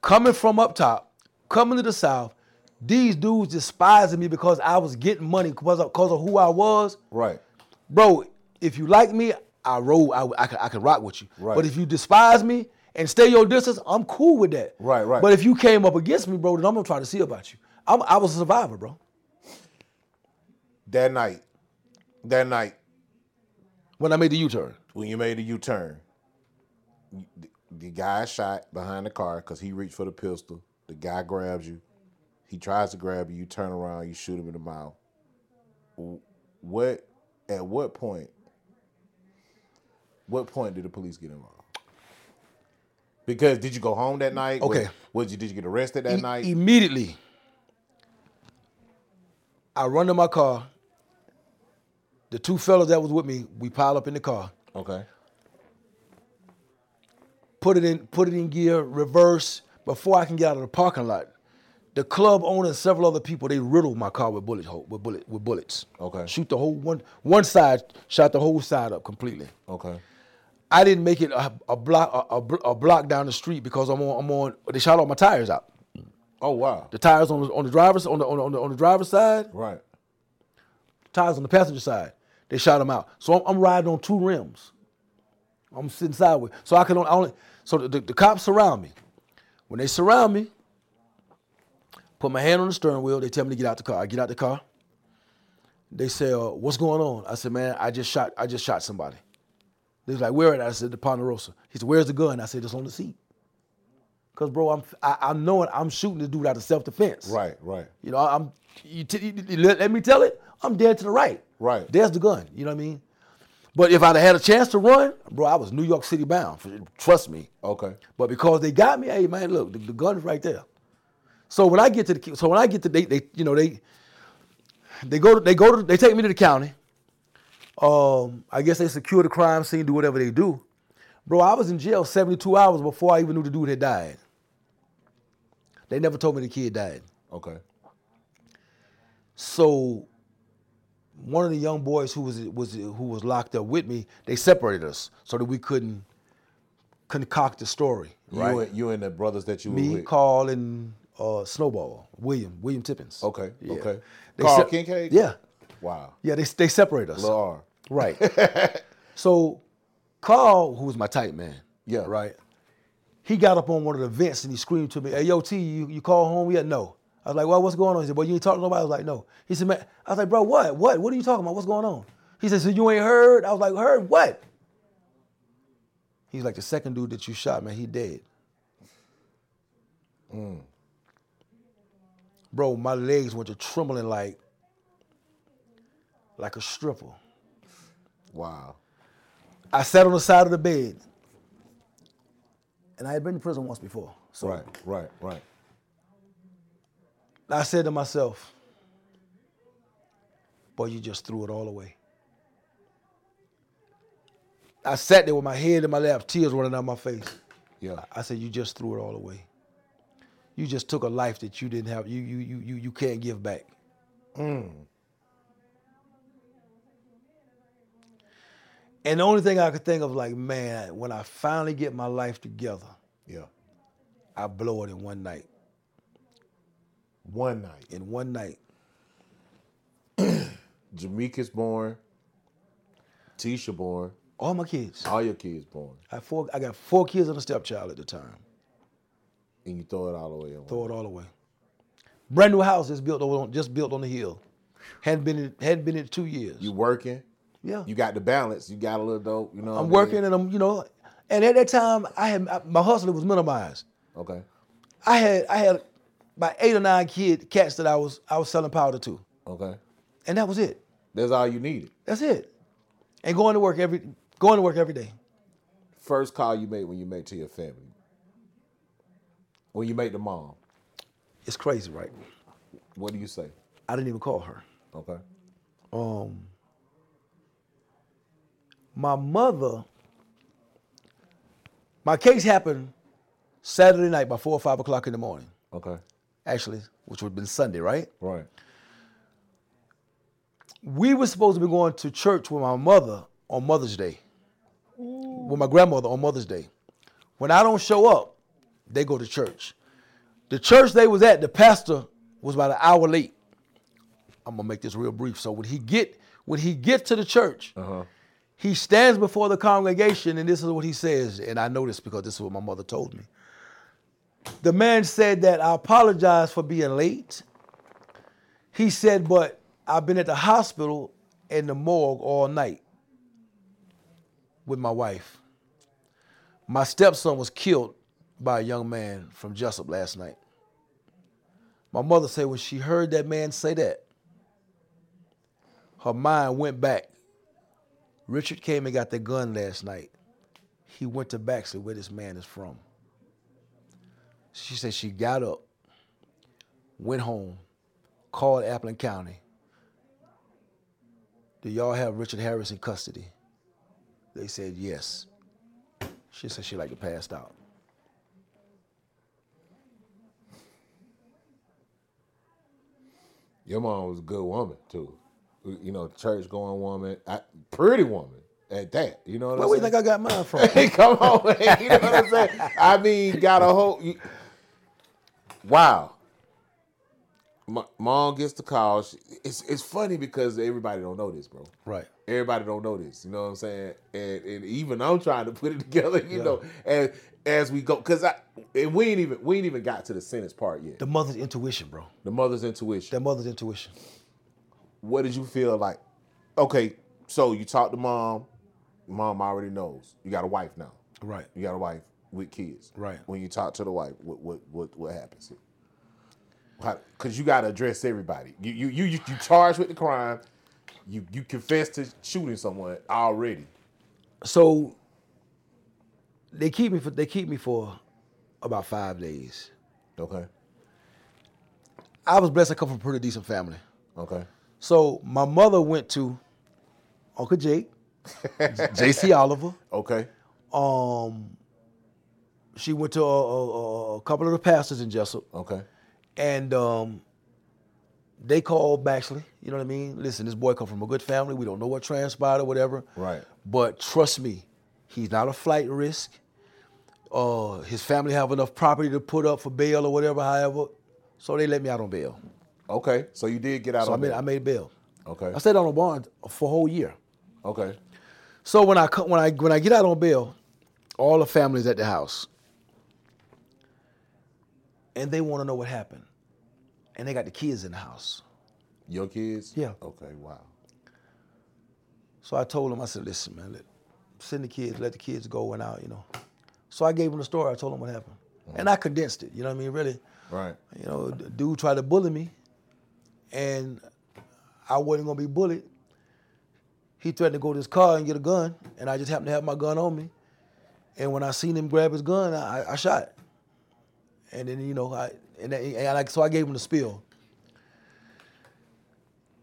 D: coming from up top, coming to the South, these dudes despising me because I was getting money because of, because of who I was.
C: Right.
D: Bro, if you like me, I roll, I, I, can, I can rock with you.
C: Right.
D: But if you despise me and stay your distance, I'm cool with that.
C: Right, right.
D: But if you came up against me, bro, then I'm gonna try to see about you. I'm, I was a survivor, bro.
C: That night, that night
D: When I made the U-turn,
C: when you made a U turn, the, the guy shot behind the car because he reached for the pistol. The guy grabs you. He tries to grab you. You turn around. You shoot him in the mouth. W- What? At what point? What point did the police get involved? Because did you go home that night? Was-
D: Okay.
C: Was, you? Did you get arrested that
D: E-
C: night?
D: Immediately, I run to my car. The two fellas that was with me, we pile up in the car,
C: okay.
D: put it in, put it in gear, reverse. Before I can get out of the parking lot, The club owner and several other people they riddled my car with bullet hole, with bullet with bullets.
C: Okay.
D: Shoot the whole one one side shot the whole side up completely.
C: Okay.
D: I didn't make it a, a block a, a bl- a block down the street because I'm on I'm on they shot all my tires out.
C: Oh wow.
D: The tires on the on the driver's on the on the, on the, on the driver's side,
C: Right.
D: tires on the passenger side. They shot them out. So I'm, I'm riding on two rims. I'm sitting sideways. So I can only, I only so the, the, the cops surround me. When they surround me, put my hand on the steering wheel. They tell me to get out the car. I get out the car. They say, uh, "What's going on?" I said, "Man, I just shot. I just shot somebody." They was like, "Where at?" I said, "The Ponderosa." He said, "Where's the gun?" I said, "It's on the seat." Cause bro, I'm I, I know it. I'm shooting this dude out of self defense.
C: Right. Right.
D: You know, I'm. You, t- you- you let, let me tell it. I'm dead to the right.
C: Right.
D: There's the gun. You know what I mean? But if I'd have had a chance to run, bro, I was New York City bound. for- Trust me.
C: Okay.
D: But because they got me, hey man, look, the, the gun is right there. So when I get to the, ki- so when I get to, they, they, you know, they, they go, to, they go to, they take me to the county. Um, I guess they secure the crime scene, do whatever they do. Bro, I was in jail 72 hours before I even knew the dude had died. They never told me the kid died.
C: Okay.
D: So one of the young boys who was was who was locked up with me, they separated us so that we couldn't concoct the story.
C: You
D: Right?
C: and you and the brothers that you were
D: me,
C: with.
D: Carl, and uh, Snowball, William, William Tippins.
C: Okay.
D: Yeah.
C: Okay.
D: They
C: Carl
D: sep-
C: Kincaid.
D: Yeah.
C: Wow.
D: Yeah, they they separate us.
C: Lil R.
D: Right. so Carl, who was my tight man,
C: Yeah.
D: right? He got up on one of the vents and he screamed to me, Hey yo, T, you, you call home yet? No. I was like, Well, what's going on? He said, Well, you ain't talking to nobody. I was like, No. He said, Man, I was like, bro, what? What? What are you talking about? What's going on? He said, So you ain't heard? I was like, heard what? He's like, the second dude that you shot, man, he dead. Bro, my legs went to trembling like, like a stripper.
C: Wow.
D: I sat on the side of the bed, and I had been in prison once before. So
C: Right. Right. Right.
D: I said to myself, "Boy, you just threw it all away." I sat there with my head in my lap, tears running down my face.
C: Yeah.
D: I said, "You just threw it all away. You just took a life that you didn't have. You you you you you can't give back." Mm. And the only thing I could think of, like, man, when I finally get my life together,
C: Yeah.
D: I blow it in one night.
C: One night.
D: In one night.
C: Jamaica's born. Tisha born.
D: All my kids.
C: All your kids born.
D: I four. I got four kids and a stepchild at the time.
C: And you throw it all away. in one
D: Throw it all away. Brand new house just built over on just built on the hill. Hadn't been in, hadn't been in two years.
C: You working.
D: yeah.
C: You got the balance. You got a little dope. You know. what I
D: I'm
C: mean?
D: working and I'm you know, and at that time I had I- my hustling was minimized.
C: Okay.
D: I had I had about eight or nine kid cats that I was I was selling powder to,
C: Okay.
D: and that was it.
C: That's all you needed.
D: That's it. And going to work every going to work every day.
C: First call you made when you made to your family. When you made the mom,
D: It's crazy, right?
C: what do you say?
D: I didn't even call her.
C: Okay.
D: um, my mother, my case happened Saturday night by four or five o'clock in the morning,
C: Okay.
D: actually, which would have been Sunday, right?
C: Right.
D: We were supposed to be going to church with my mother on Mother's Day, with my grandmother on Mother's Day. When I don't show up, they go to church. The church they was at, the pastor was about an hour late. I'm gonna make this real brief. So when he get when he get to the church, he stands before the congregation, and this is what he says. And I know this because this is what my mother told me. The man said that I apologize for being late. He said, but I've been at the hospital and the morgue all night with my wife. My stepson was killed by a young man from Jessup last night. My mother said when she heard that man say that, her mind went back. Richard came and got the gun last night. He went to Baxley, where this man is from. She said she got up, went home, called Applin County. Do y'all have Richard Harris in custody? They said yes. She said she like to passed out.
C: Your mom was a good woman too. You know, church going woman, I, pretty woman at that. You know what
D: Where do you
C: I'm
D: think
C: saying?
D: I got mine from?
C: Come on, man. You know what I'm saying? I mean, got a whole. You, wow. M- mom gets the call. She, it's it's funny because everybody don't know this, bro.
D: right.
C: Everybody don't know this. You know what I'm saying? And, and even I'm trying to put it together. You know, as as we go, because I and we ain't even we ain't even got to the sentence part yet.
D: The mother's intuition, bro.
C: The mother's intuition.
D: That mother's intuition.
C: what did you feel like? Okay, so you talked to mom. Mom already knows. You got a wife now.
D: Right.
C: You got a wife with kids.
D: Right.
C: When you talk to the wife, what what what what happens? How, Cause you gotta address everybody. You you you you, you charged with the crime. You you confess to shooting someone already.
D: So they keep me for they keep me for about five days.
C: Okay.
D: I was blessed. I come from a pretty decent family.
C: Okay.
D: So my mother went to Uncle Jake, J.C. Oliver.
C: Okay.
D: Um, she went to a, a- a- a couple of the pastors in Jessup,
C: Okay.
D: and um, they called Baxley. You know what I mean? Listen, this boy come from a good family. We don't know what transpired or whatever.
C: Right.
D: But trust me, he's not a flight risk. Uh, his family have enough property to put up for bail or whatever. However, so they let me out on bail.
C: Okay. So you did get out
D: So I
C: on
D: made
C: bail.
D: I made bail.
C: Okay.
D: I stayed out on bond for a whole year.
C: Okay.
D: So when I co- when I when I get out on bail, all the families at the house, and they want to know what happened, and they got the kids in the house.
C: Your kids?
D: Yeah.
C: Okay. Wow.
D: So I told them, I said, listen, man, let, send the kids, let the kids go and out, you know. So I gave them the story. I told them what happened, and I condensed it. You know what I mean? Really,
C: Right.
D: you know, the dude tried to bully me, and I wasn't gonna be bullied. He threatened to go to his car and get a gun, and I just happened to have my gun on me. And when I seen him grab his gun, I, I shot. And then you know, I and, I- and I, so I gave him the spill.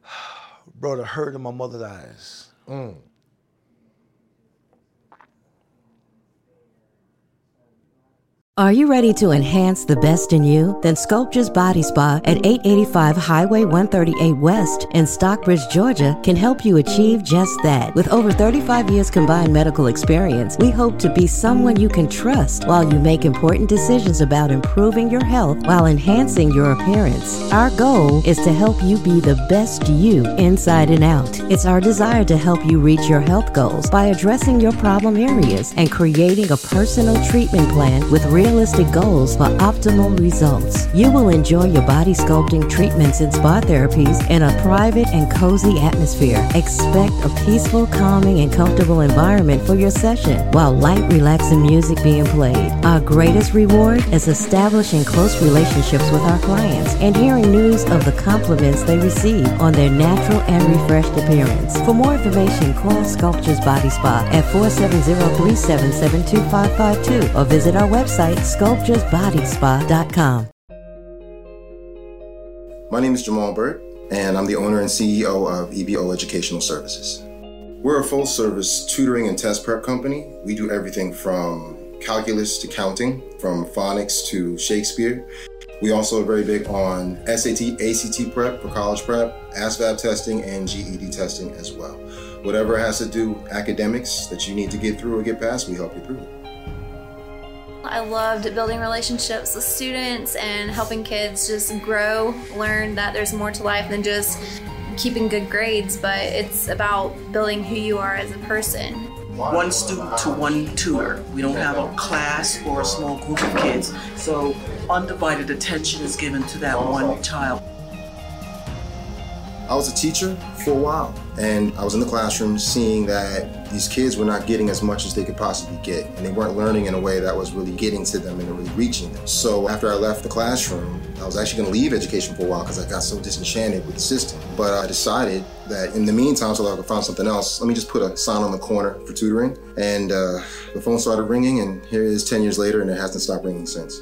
D: Bro, the hurt in my mother's eyes.
A: Are you ready to enhance the best in you? Then Sculptures Body Spa at 885 Highway 138 West in Stockbridge, Georgia can help you achieve just that. With over 35 years combined medical experience, we hope to be someone you can trust while you make important decisions about improving your health while enhancing your appearance. Our goal is to help you be the best you inside and out. It's our desire to help you reach your health goals by addressing your problem areas and creating a personal treatment plan with realistic goals for optimal results. You will enjoy your body sculpting treatments and spa therapies in a private and cozy atmosphere. Expect a peaceful, calming, and comfortable environment for your session while light, relaxing music being played. Our greatest reward is establishing close relationships with our clients and hearing news of the compliments they receive on their natural and refreshed appearance. For more information, call Sculptures Body Spa at 470-377-2552 or visit our website sculpturesbodyspa.com.
G: My name is Jamal Burt, and I'm the owner and CEO of EBO Educational Services. We're a full service tutoring and test prep company. We do everything from calculus to counting, from phonics to Shakespeare. We also are very big on SAT, ACT prep for college prep, ASVAB testing, and GED testing as well. Whatever has to do academics that you need to get through or get past, we help you through it.
H: I loved building relationships with students and helping kids just grow, learn that there's more to life than just keeping good grades, but it's about building who you are as a person.
I: one student to one tutor. We don't have a class or a small group of kids. So undivided attention is given to that one child.
G: I was a teacher for a while, and I was in the classroom seeing that these kids were not getting as much as they could possibly get, and they weren't learning in a way that was really getting to them and really reaching them. So after I left the classroom, I was actually going to leave education for a while because I got so disenchanted with the system. But I decided that in the meantime, so that I could find something else, let me just put a sign on the corner for tutoring. And uh, the phone started ringing, and here it is 10 years later, and it hasn't stopped ringing since.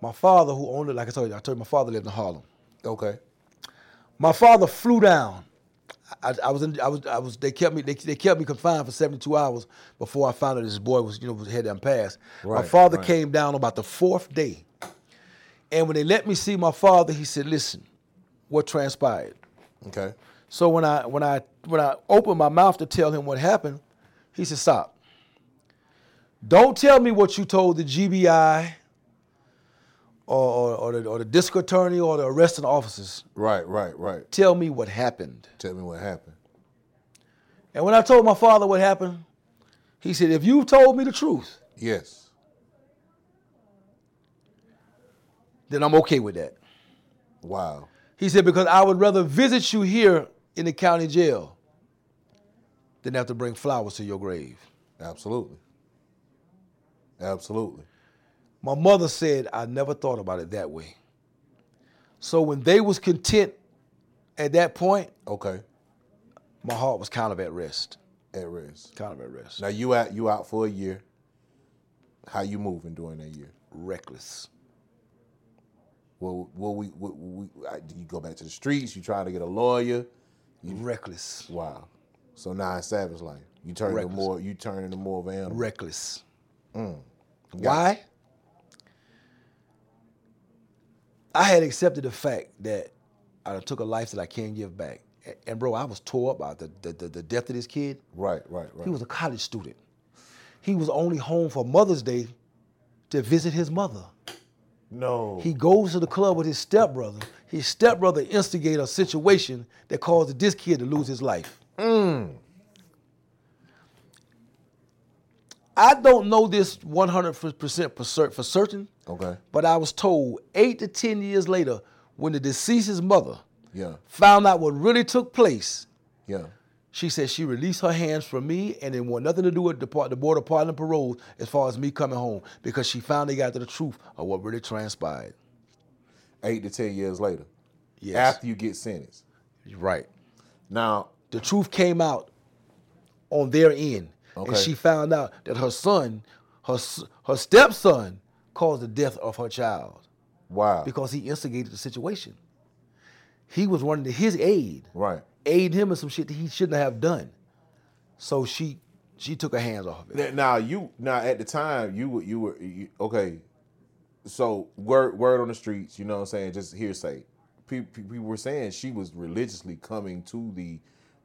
D: My father, who owned it, like I told you, I told you my father lived in Harlem.
C: Okay.
D: My father flew down. I, I was in, I was I was they kept me they, they kept me confined for 72 hours before I found out this boy was you know was had done passed. my
C: Right,
D: father
C: right.
D: came down about the fourth day, and when they let me see my father, he said, "Listen, what transpired."
C: Okay.
D: So when I when I when I opened my mouth to tell him what happened, he said, "Stop. Don't tell me what you told the GBI or or, or the, or the district attorney or the arresting officers.
C: Right, right, right.
D: Tell me what happened."
C: Tell me what happened.
D: And when I told my father what happened, he said, "If you told me the truth,
C: Yes.
D: then I'm okay with that."
C: Wow.
D: He said, "Because I would rather visit you here in the county jail than have to bring flowers to your grave."
C: Absolutely. Absolutely.
D: My mother said, I never thought about it that way. So when they was content at that point,
C: Okay.
D: my heart was kind of at rest.
C: At risk.
D: Kind of at rest.
C: Now you out you out for a year. How you moving during that year?
D: Reckless.
C: Well, well, we, we, we I, you go back to the streets. You try to get a lawyer.
D: Reckless.
C: Wow. So now it's savage like you turn into
D: Reckless.
C: more. You turn into more of an animal.
D: Reckless. Why? I had accepted the fact that I done took a life that I can't give back. A- And bro, I was tore up by the, the, the, the death of this kid.
C: right, right, right.
D: He was a college student. He was only home for Mother's Day to visit his mother.
C: no.
D: He goes to the club with his stepbrother. His stepbrother instigated a situation that caused this kid to lose his life.
C: Hmm.
D: I don't know this 100% for, cer- for certain,
C: okay.
D: but I was told eight to 10 years later, when the deceased's mother
C: Yeah.
D: found out what really took place,
C: Yeah.
D: she said she released her hands from me and didn't want nothing to do with the, part, the Board of Pardon and Parole as far as me coming home because she finally got to the truth of what really transpired.
C: Eight to ten years later,
D: Yes.
C: after you get sentenced.
D: Right.
C: Now,
D: The truth came out on their end, and
C: Okay.
D: she found out that her son, her s- her stepson, caused the death of her child
C: wow.
D: because he instigated the situation. He was running to his aid,
C: right.
D: aid him in some shit that he shouldn't have done. So she she took her hands off of it.
C: Now, now you now at the time you were you were you, okay. So word word on the streets, you know what I'm saying? Just hearsay. People, people were saying she was religiously coming to the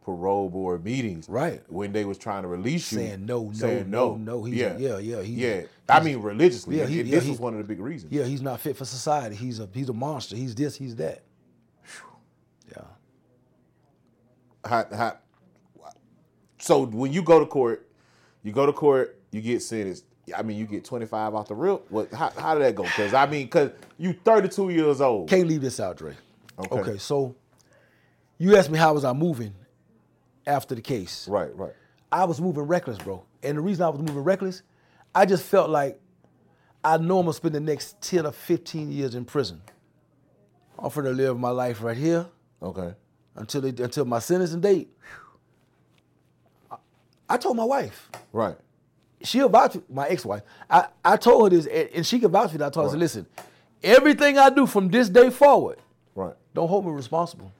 C: parole board meetings,
D: Right.
C: When they was trying to release you,
D: Saying no, no,
C: saying
D: no,
C: no,
D: no, he's- yeah, yeah, he's-
C: yeah. I mean religiously.
D: Yeah,
C: Yeah,
D: he- yeah,
C: this
D: he-
C: was one of the big reasons.
D: Yeah, he's not fit for society. He's a he's a monster. He's this. He's that. Yeah.
C: How, how, so when you go to court, you go to court, you get sentenced. I mean, you get 25 off the rip. What? How, how did that go? Because I mean, because you 32 years old.
D: Can't leave this out, Dre.
C: Okay.
D: okay, so you asked me how was I moving after the case.
C: Right, right.
D: I was moving reckless, bro. And the reason I was moving reckless, I just felt like I know I'm gonna spend the next 10 or 15 years in prison. I'm finna live my life right here
C: Okay.
D: until it, until my sentencing date. I- I told my wife,
C: Right.
D: she about to, my ex-wife, I, I told her this, and, and she could vouch for that. I told her, I said, listen, everything I do from this day forward,
C: Right.
D: don't hold me responsible.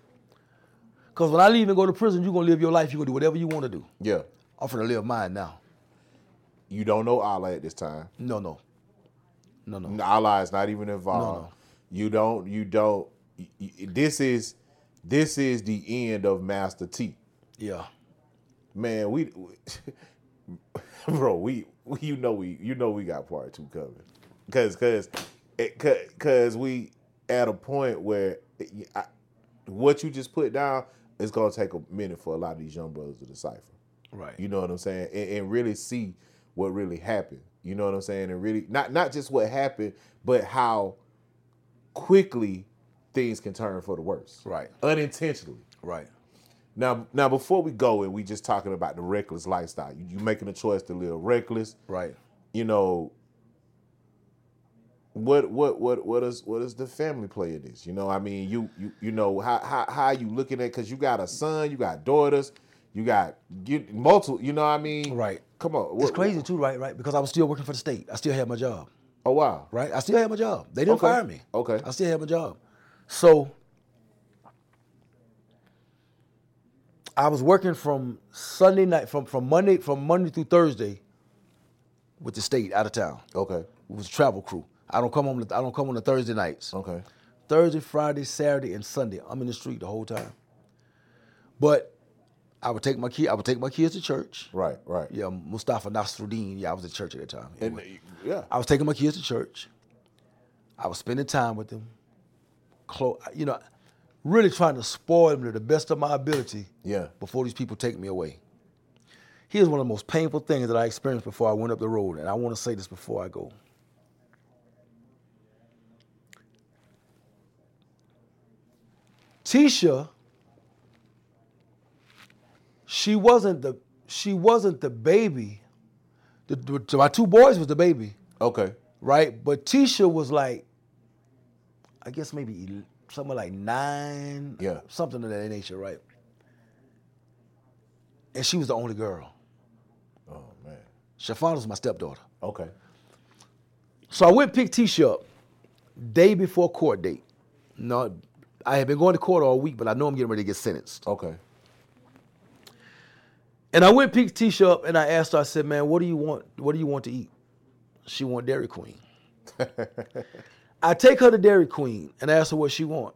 D: Because when I leave and go to prison, you're gonna live your life, you're gonna do whatever you wanna do.
C: Yeah.
D: I'm finna live mine now.
C: You don't know Allah at this time.
D: No, no. No, no.
C: Allah is not even involved.
D: no.
C: You don't. You don't. y- y- This is. This is the end of Master T.
D: Yeah.
C: Man, we, bro, we, we, you know, we, you know, we got part two coming, cause, cause, it, cause, cause we at a point where it- I, what you just put down is gonna take a minute for a lot of these young brothers to decipher.
D: Right.
C: You know what I'm saying? And, and really see what really happened. You know what I'm saying? And really, not not just what happened, but how quickly things can turn for the worse.
D: Right.
C: Unintentionally.
D: right.
C: Now, now before we go, and we just talking about the reckless lifestyle. You, you making a choice to live reckless,
D: Right.
C: you know. What what what what is what is the family play in this? You know, I mean, you you you know how how how you looking at? Because you got a son, you got daughters, you got you multiple. You know what I mean?
D: Right.
C: Come on,
D: It's
C: what-
D: crazy too, right? Right. Because I was still working for the state. I still had my job.
C: Oh wow.
D: Right. I still had my job. They didn't
C: Okay.
D: fire me.
C: Okay.
D: I still had my job. So I was working from Sunday night from from Monday from Monday through Thursday with the state out of town.
C: Okay.
D: It was a travel crew. I don't come home. I don't come on the Thursday nights.
C: Okay.
D: Thursday, Friday, Saturday, and Sunday. I'm in the street the whole time. But I would take my kid. I would take my kids to church.
C: Right, right.
D: Yeah, Mustafa Nasruddin. Yeah, I was at church at that time.
C: And,
D: Anyway,
C: yeah.
D: I was taking my kids to church. I was spending time with them. Close, you know, really trying to spoil them to the best of my ability.
C: Yeah.
D: Before these people take me away. Here's one of the most painful things that I experienced before I went up the road, and I want to say this before I go. Tisha, she wasn't the she wasn't the baby. The, the- my two boys was the baby,
C: Okay.
D: right? But Tisha was like, I guess maybe el- somewhere like nine,
C: Yeah.
D: something of that nature, right? And she was the only girl.
C: Oh man.
D: Shafana was my stepdaughter.
C: Okay.
D: So I went pick Tisha up day before court date. No, I had been going to court all week, but I know I'm getting ready to get sentenced.
C: Okay.
D: And I went picked Tisha up and I asked her, I said, man, what do you want? What do you want to eat? She want Dairy Queen. I take her to Dairy Queen and ask her what she want.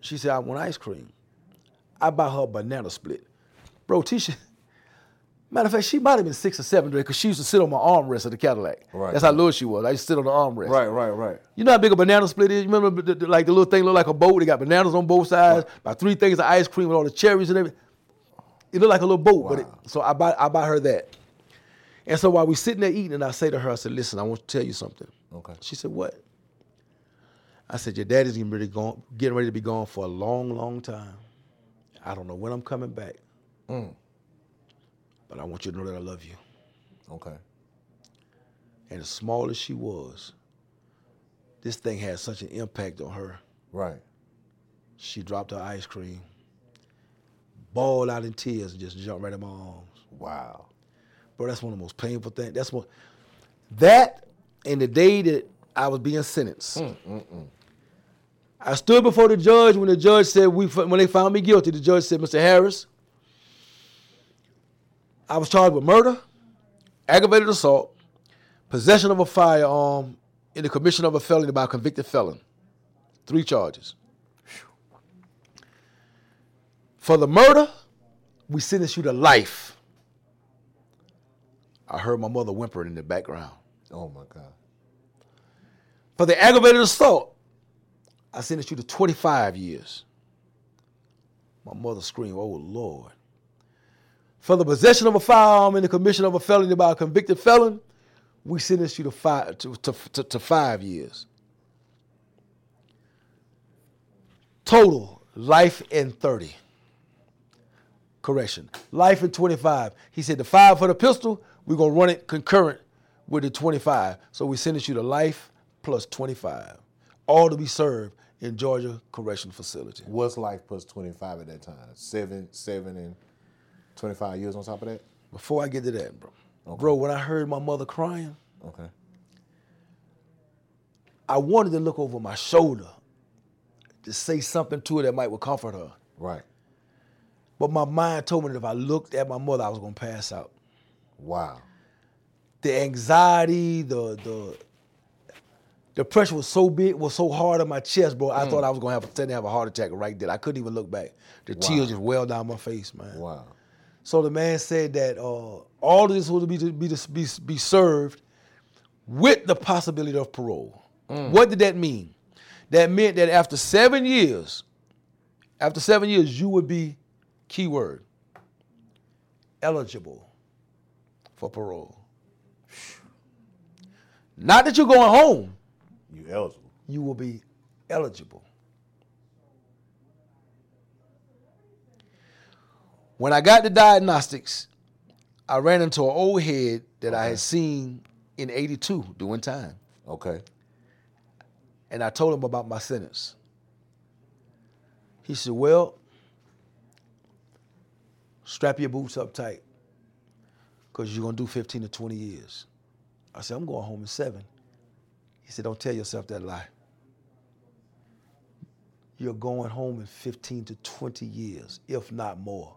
D: She said, I want ice cream. I buy her a banana split. Bro, Tisha, matter of fact, she might have been six or seven because she used to sit on my armrest of the Cadillac.
C: Right.
D: That's how little she was. I used to sit on the armrest.
C: Right, right, right.
D: You know how big a banana split is? You remember the, the- like the little thing looked like a boat? They got bananas on both sides, about three things of ice cream with all the cherries and everything. It looked like a little boat, but it,
C: Wow.
D: so I buy I buy her that. And so while we sitting there eating, and I say to her, I said, "Listen, I want to tell you something."
C: Okay.
D: She said, "What?" I said, "Your daddy's getting ready gone, getting ready to be gone for a long, long time. I don't know when I'm coming back,
C: Mm.
D: but I want you to know that I love you."
C: Okay.
D: And as small as she was, this thing had such an impact on her.
C: Right.
D: She dropped her ice cream, bawled out in tears, and just jumped right in my arms.
C: Wow.
D: Bro, that's one of the most painful things. That's what that and the day that I was being sentenced. I stood before the judge when the judge said we when they found me guilty, the judge said, Mr. Harris, I was charged with murder, aggravated assault, possession of a firearm, and the commission of a felony by a convicted felon. Three charges. For the murder, we sentence you to life. I heard my mother whimpering in the background.
C: Oh my God.
D: For the aggravated assault, I sentenced you to 25 years. My mother screamed, Oh Lord. For the possession of a firearm and the commission of a felony by a convicted felon, we sentenced you to five, to, to, to, to five years. Total, life and 30. Correction, life and 25. He said the five for the pistol, we're going to run it concurrent with the 25. So we sentenced you to life plus 25. All to be served in Georgia Correction Facility.
C: What's life plus twenty five at that time? Seven, seven, and twenty five years on top of that.
D: Before I get to that, bro, bro, when I heard my mother crying,
C: Okay.
D: I wanted to look over my shoulder to say something to her that might would comfort her.
C: Right.
D: But my mind told me that if I looked at my mother, I was gonna pass out.
C: Wow.
D: The anxiety, the the the pressure was so big, was so hard on my chest, bro. I thought I was gonna have to have a heart attack right there. I couldn't even look back. The tears just welled down my face, man.
C: Wow.
D: So the man said that uh, all of this was to be, to be, to be, be served with the possibility of parole. What did that mean? That meant that after seven years, after seven years, you would be, keyword, eligible for parole. Not that you're going home,
C: You eligible?
D: you will be eligible. When I got to diagnostics, I ran into an old head that I had seen in 82 doing time.
C: Okay.
D: And I told him about my sentence. He said, Well, strap your boots up tight because you're going to do 15 to 20 years. I said, I'm going home in seven. He said, Don't tell yourself that lie. You're going home in 15 to 20 years, if not more.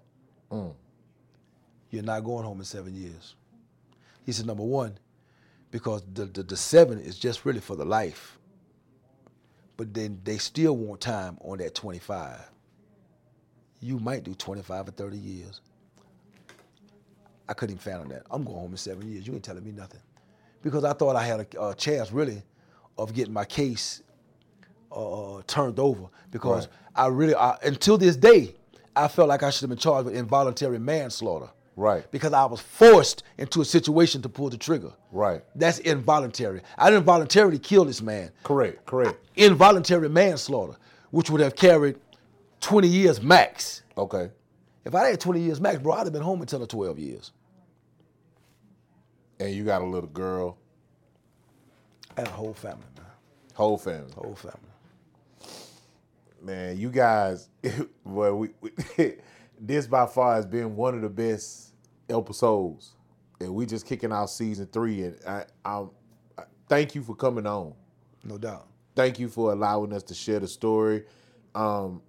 D: You're not going home in seven years. He said, number one, because the, the, the seven is just really for the life. But then they still want time on that 25. You might do 25 or 30 years. I couldn't even fathom that. I'm going home in seven years. You ain't telling me nothing. Because I thought I had a, a chance, really, of getting my case uh, turned over. Because I really, I, until this day, I felt like I should have been charged with involuntary manslaughter.
C: Right.
D: Because I was forced into a situation to pull the trigger.
C: Right.
D: That's involuntary. I didn't voluntarily kill this man
C: Correct, correct.
D: involuntary manslaughter, which would have carried 20 years max.
C: Okay.
D: If I had 20 years max, bro, I'd have been home until the 12 years.
C: And you got a little girl,
D: I had a whole family, man.
C: whole family.
D: Whole family.
C: Man, you guys, boy, we, we this by far has been one of the best episodes, and we just kicking out season three. And I, I'm, I thank you for coming on.
D: No doubt.
C: Thank you for allowing us to share the story. Um,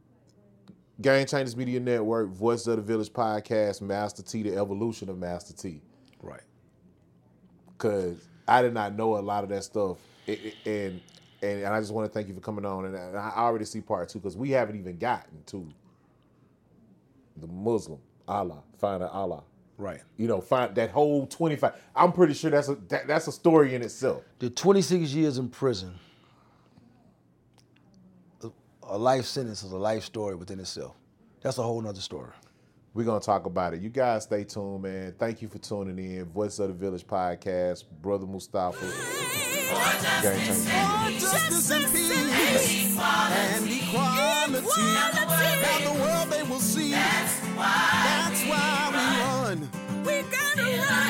C: Game Changers Media Network, Voices of the Village podcast, Master T, the evolution of Master T.
D: Right.
C: because I did not know a lot of that stuff. It, it- and, and and I just want to thank you for coming on. And I, and I already see part two because we haven't even gotten to the Muslim Allah, find out Allah.
D: Right.
C: You know, find that whole twenty five. I'm pretty sure that's a that, that's a story in itself.
D: The 26 years in prison, a- a life sentence is a life story within itself. That's a whole nother story.
C: We're gonna talk about it. You guys stay tuned, man. Thank you for tuning in. Voice of the Village podcast, brother Mustafa. Game changer.
B: justice and peace and equality. Now the world they will see. That's why we run.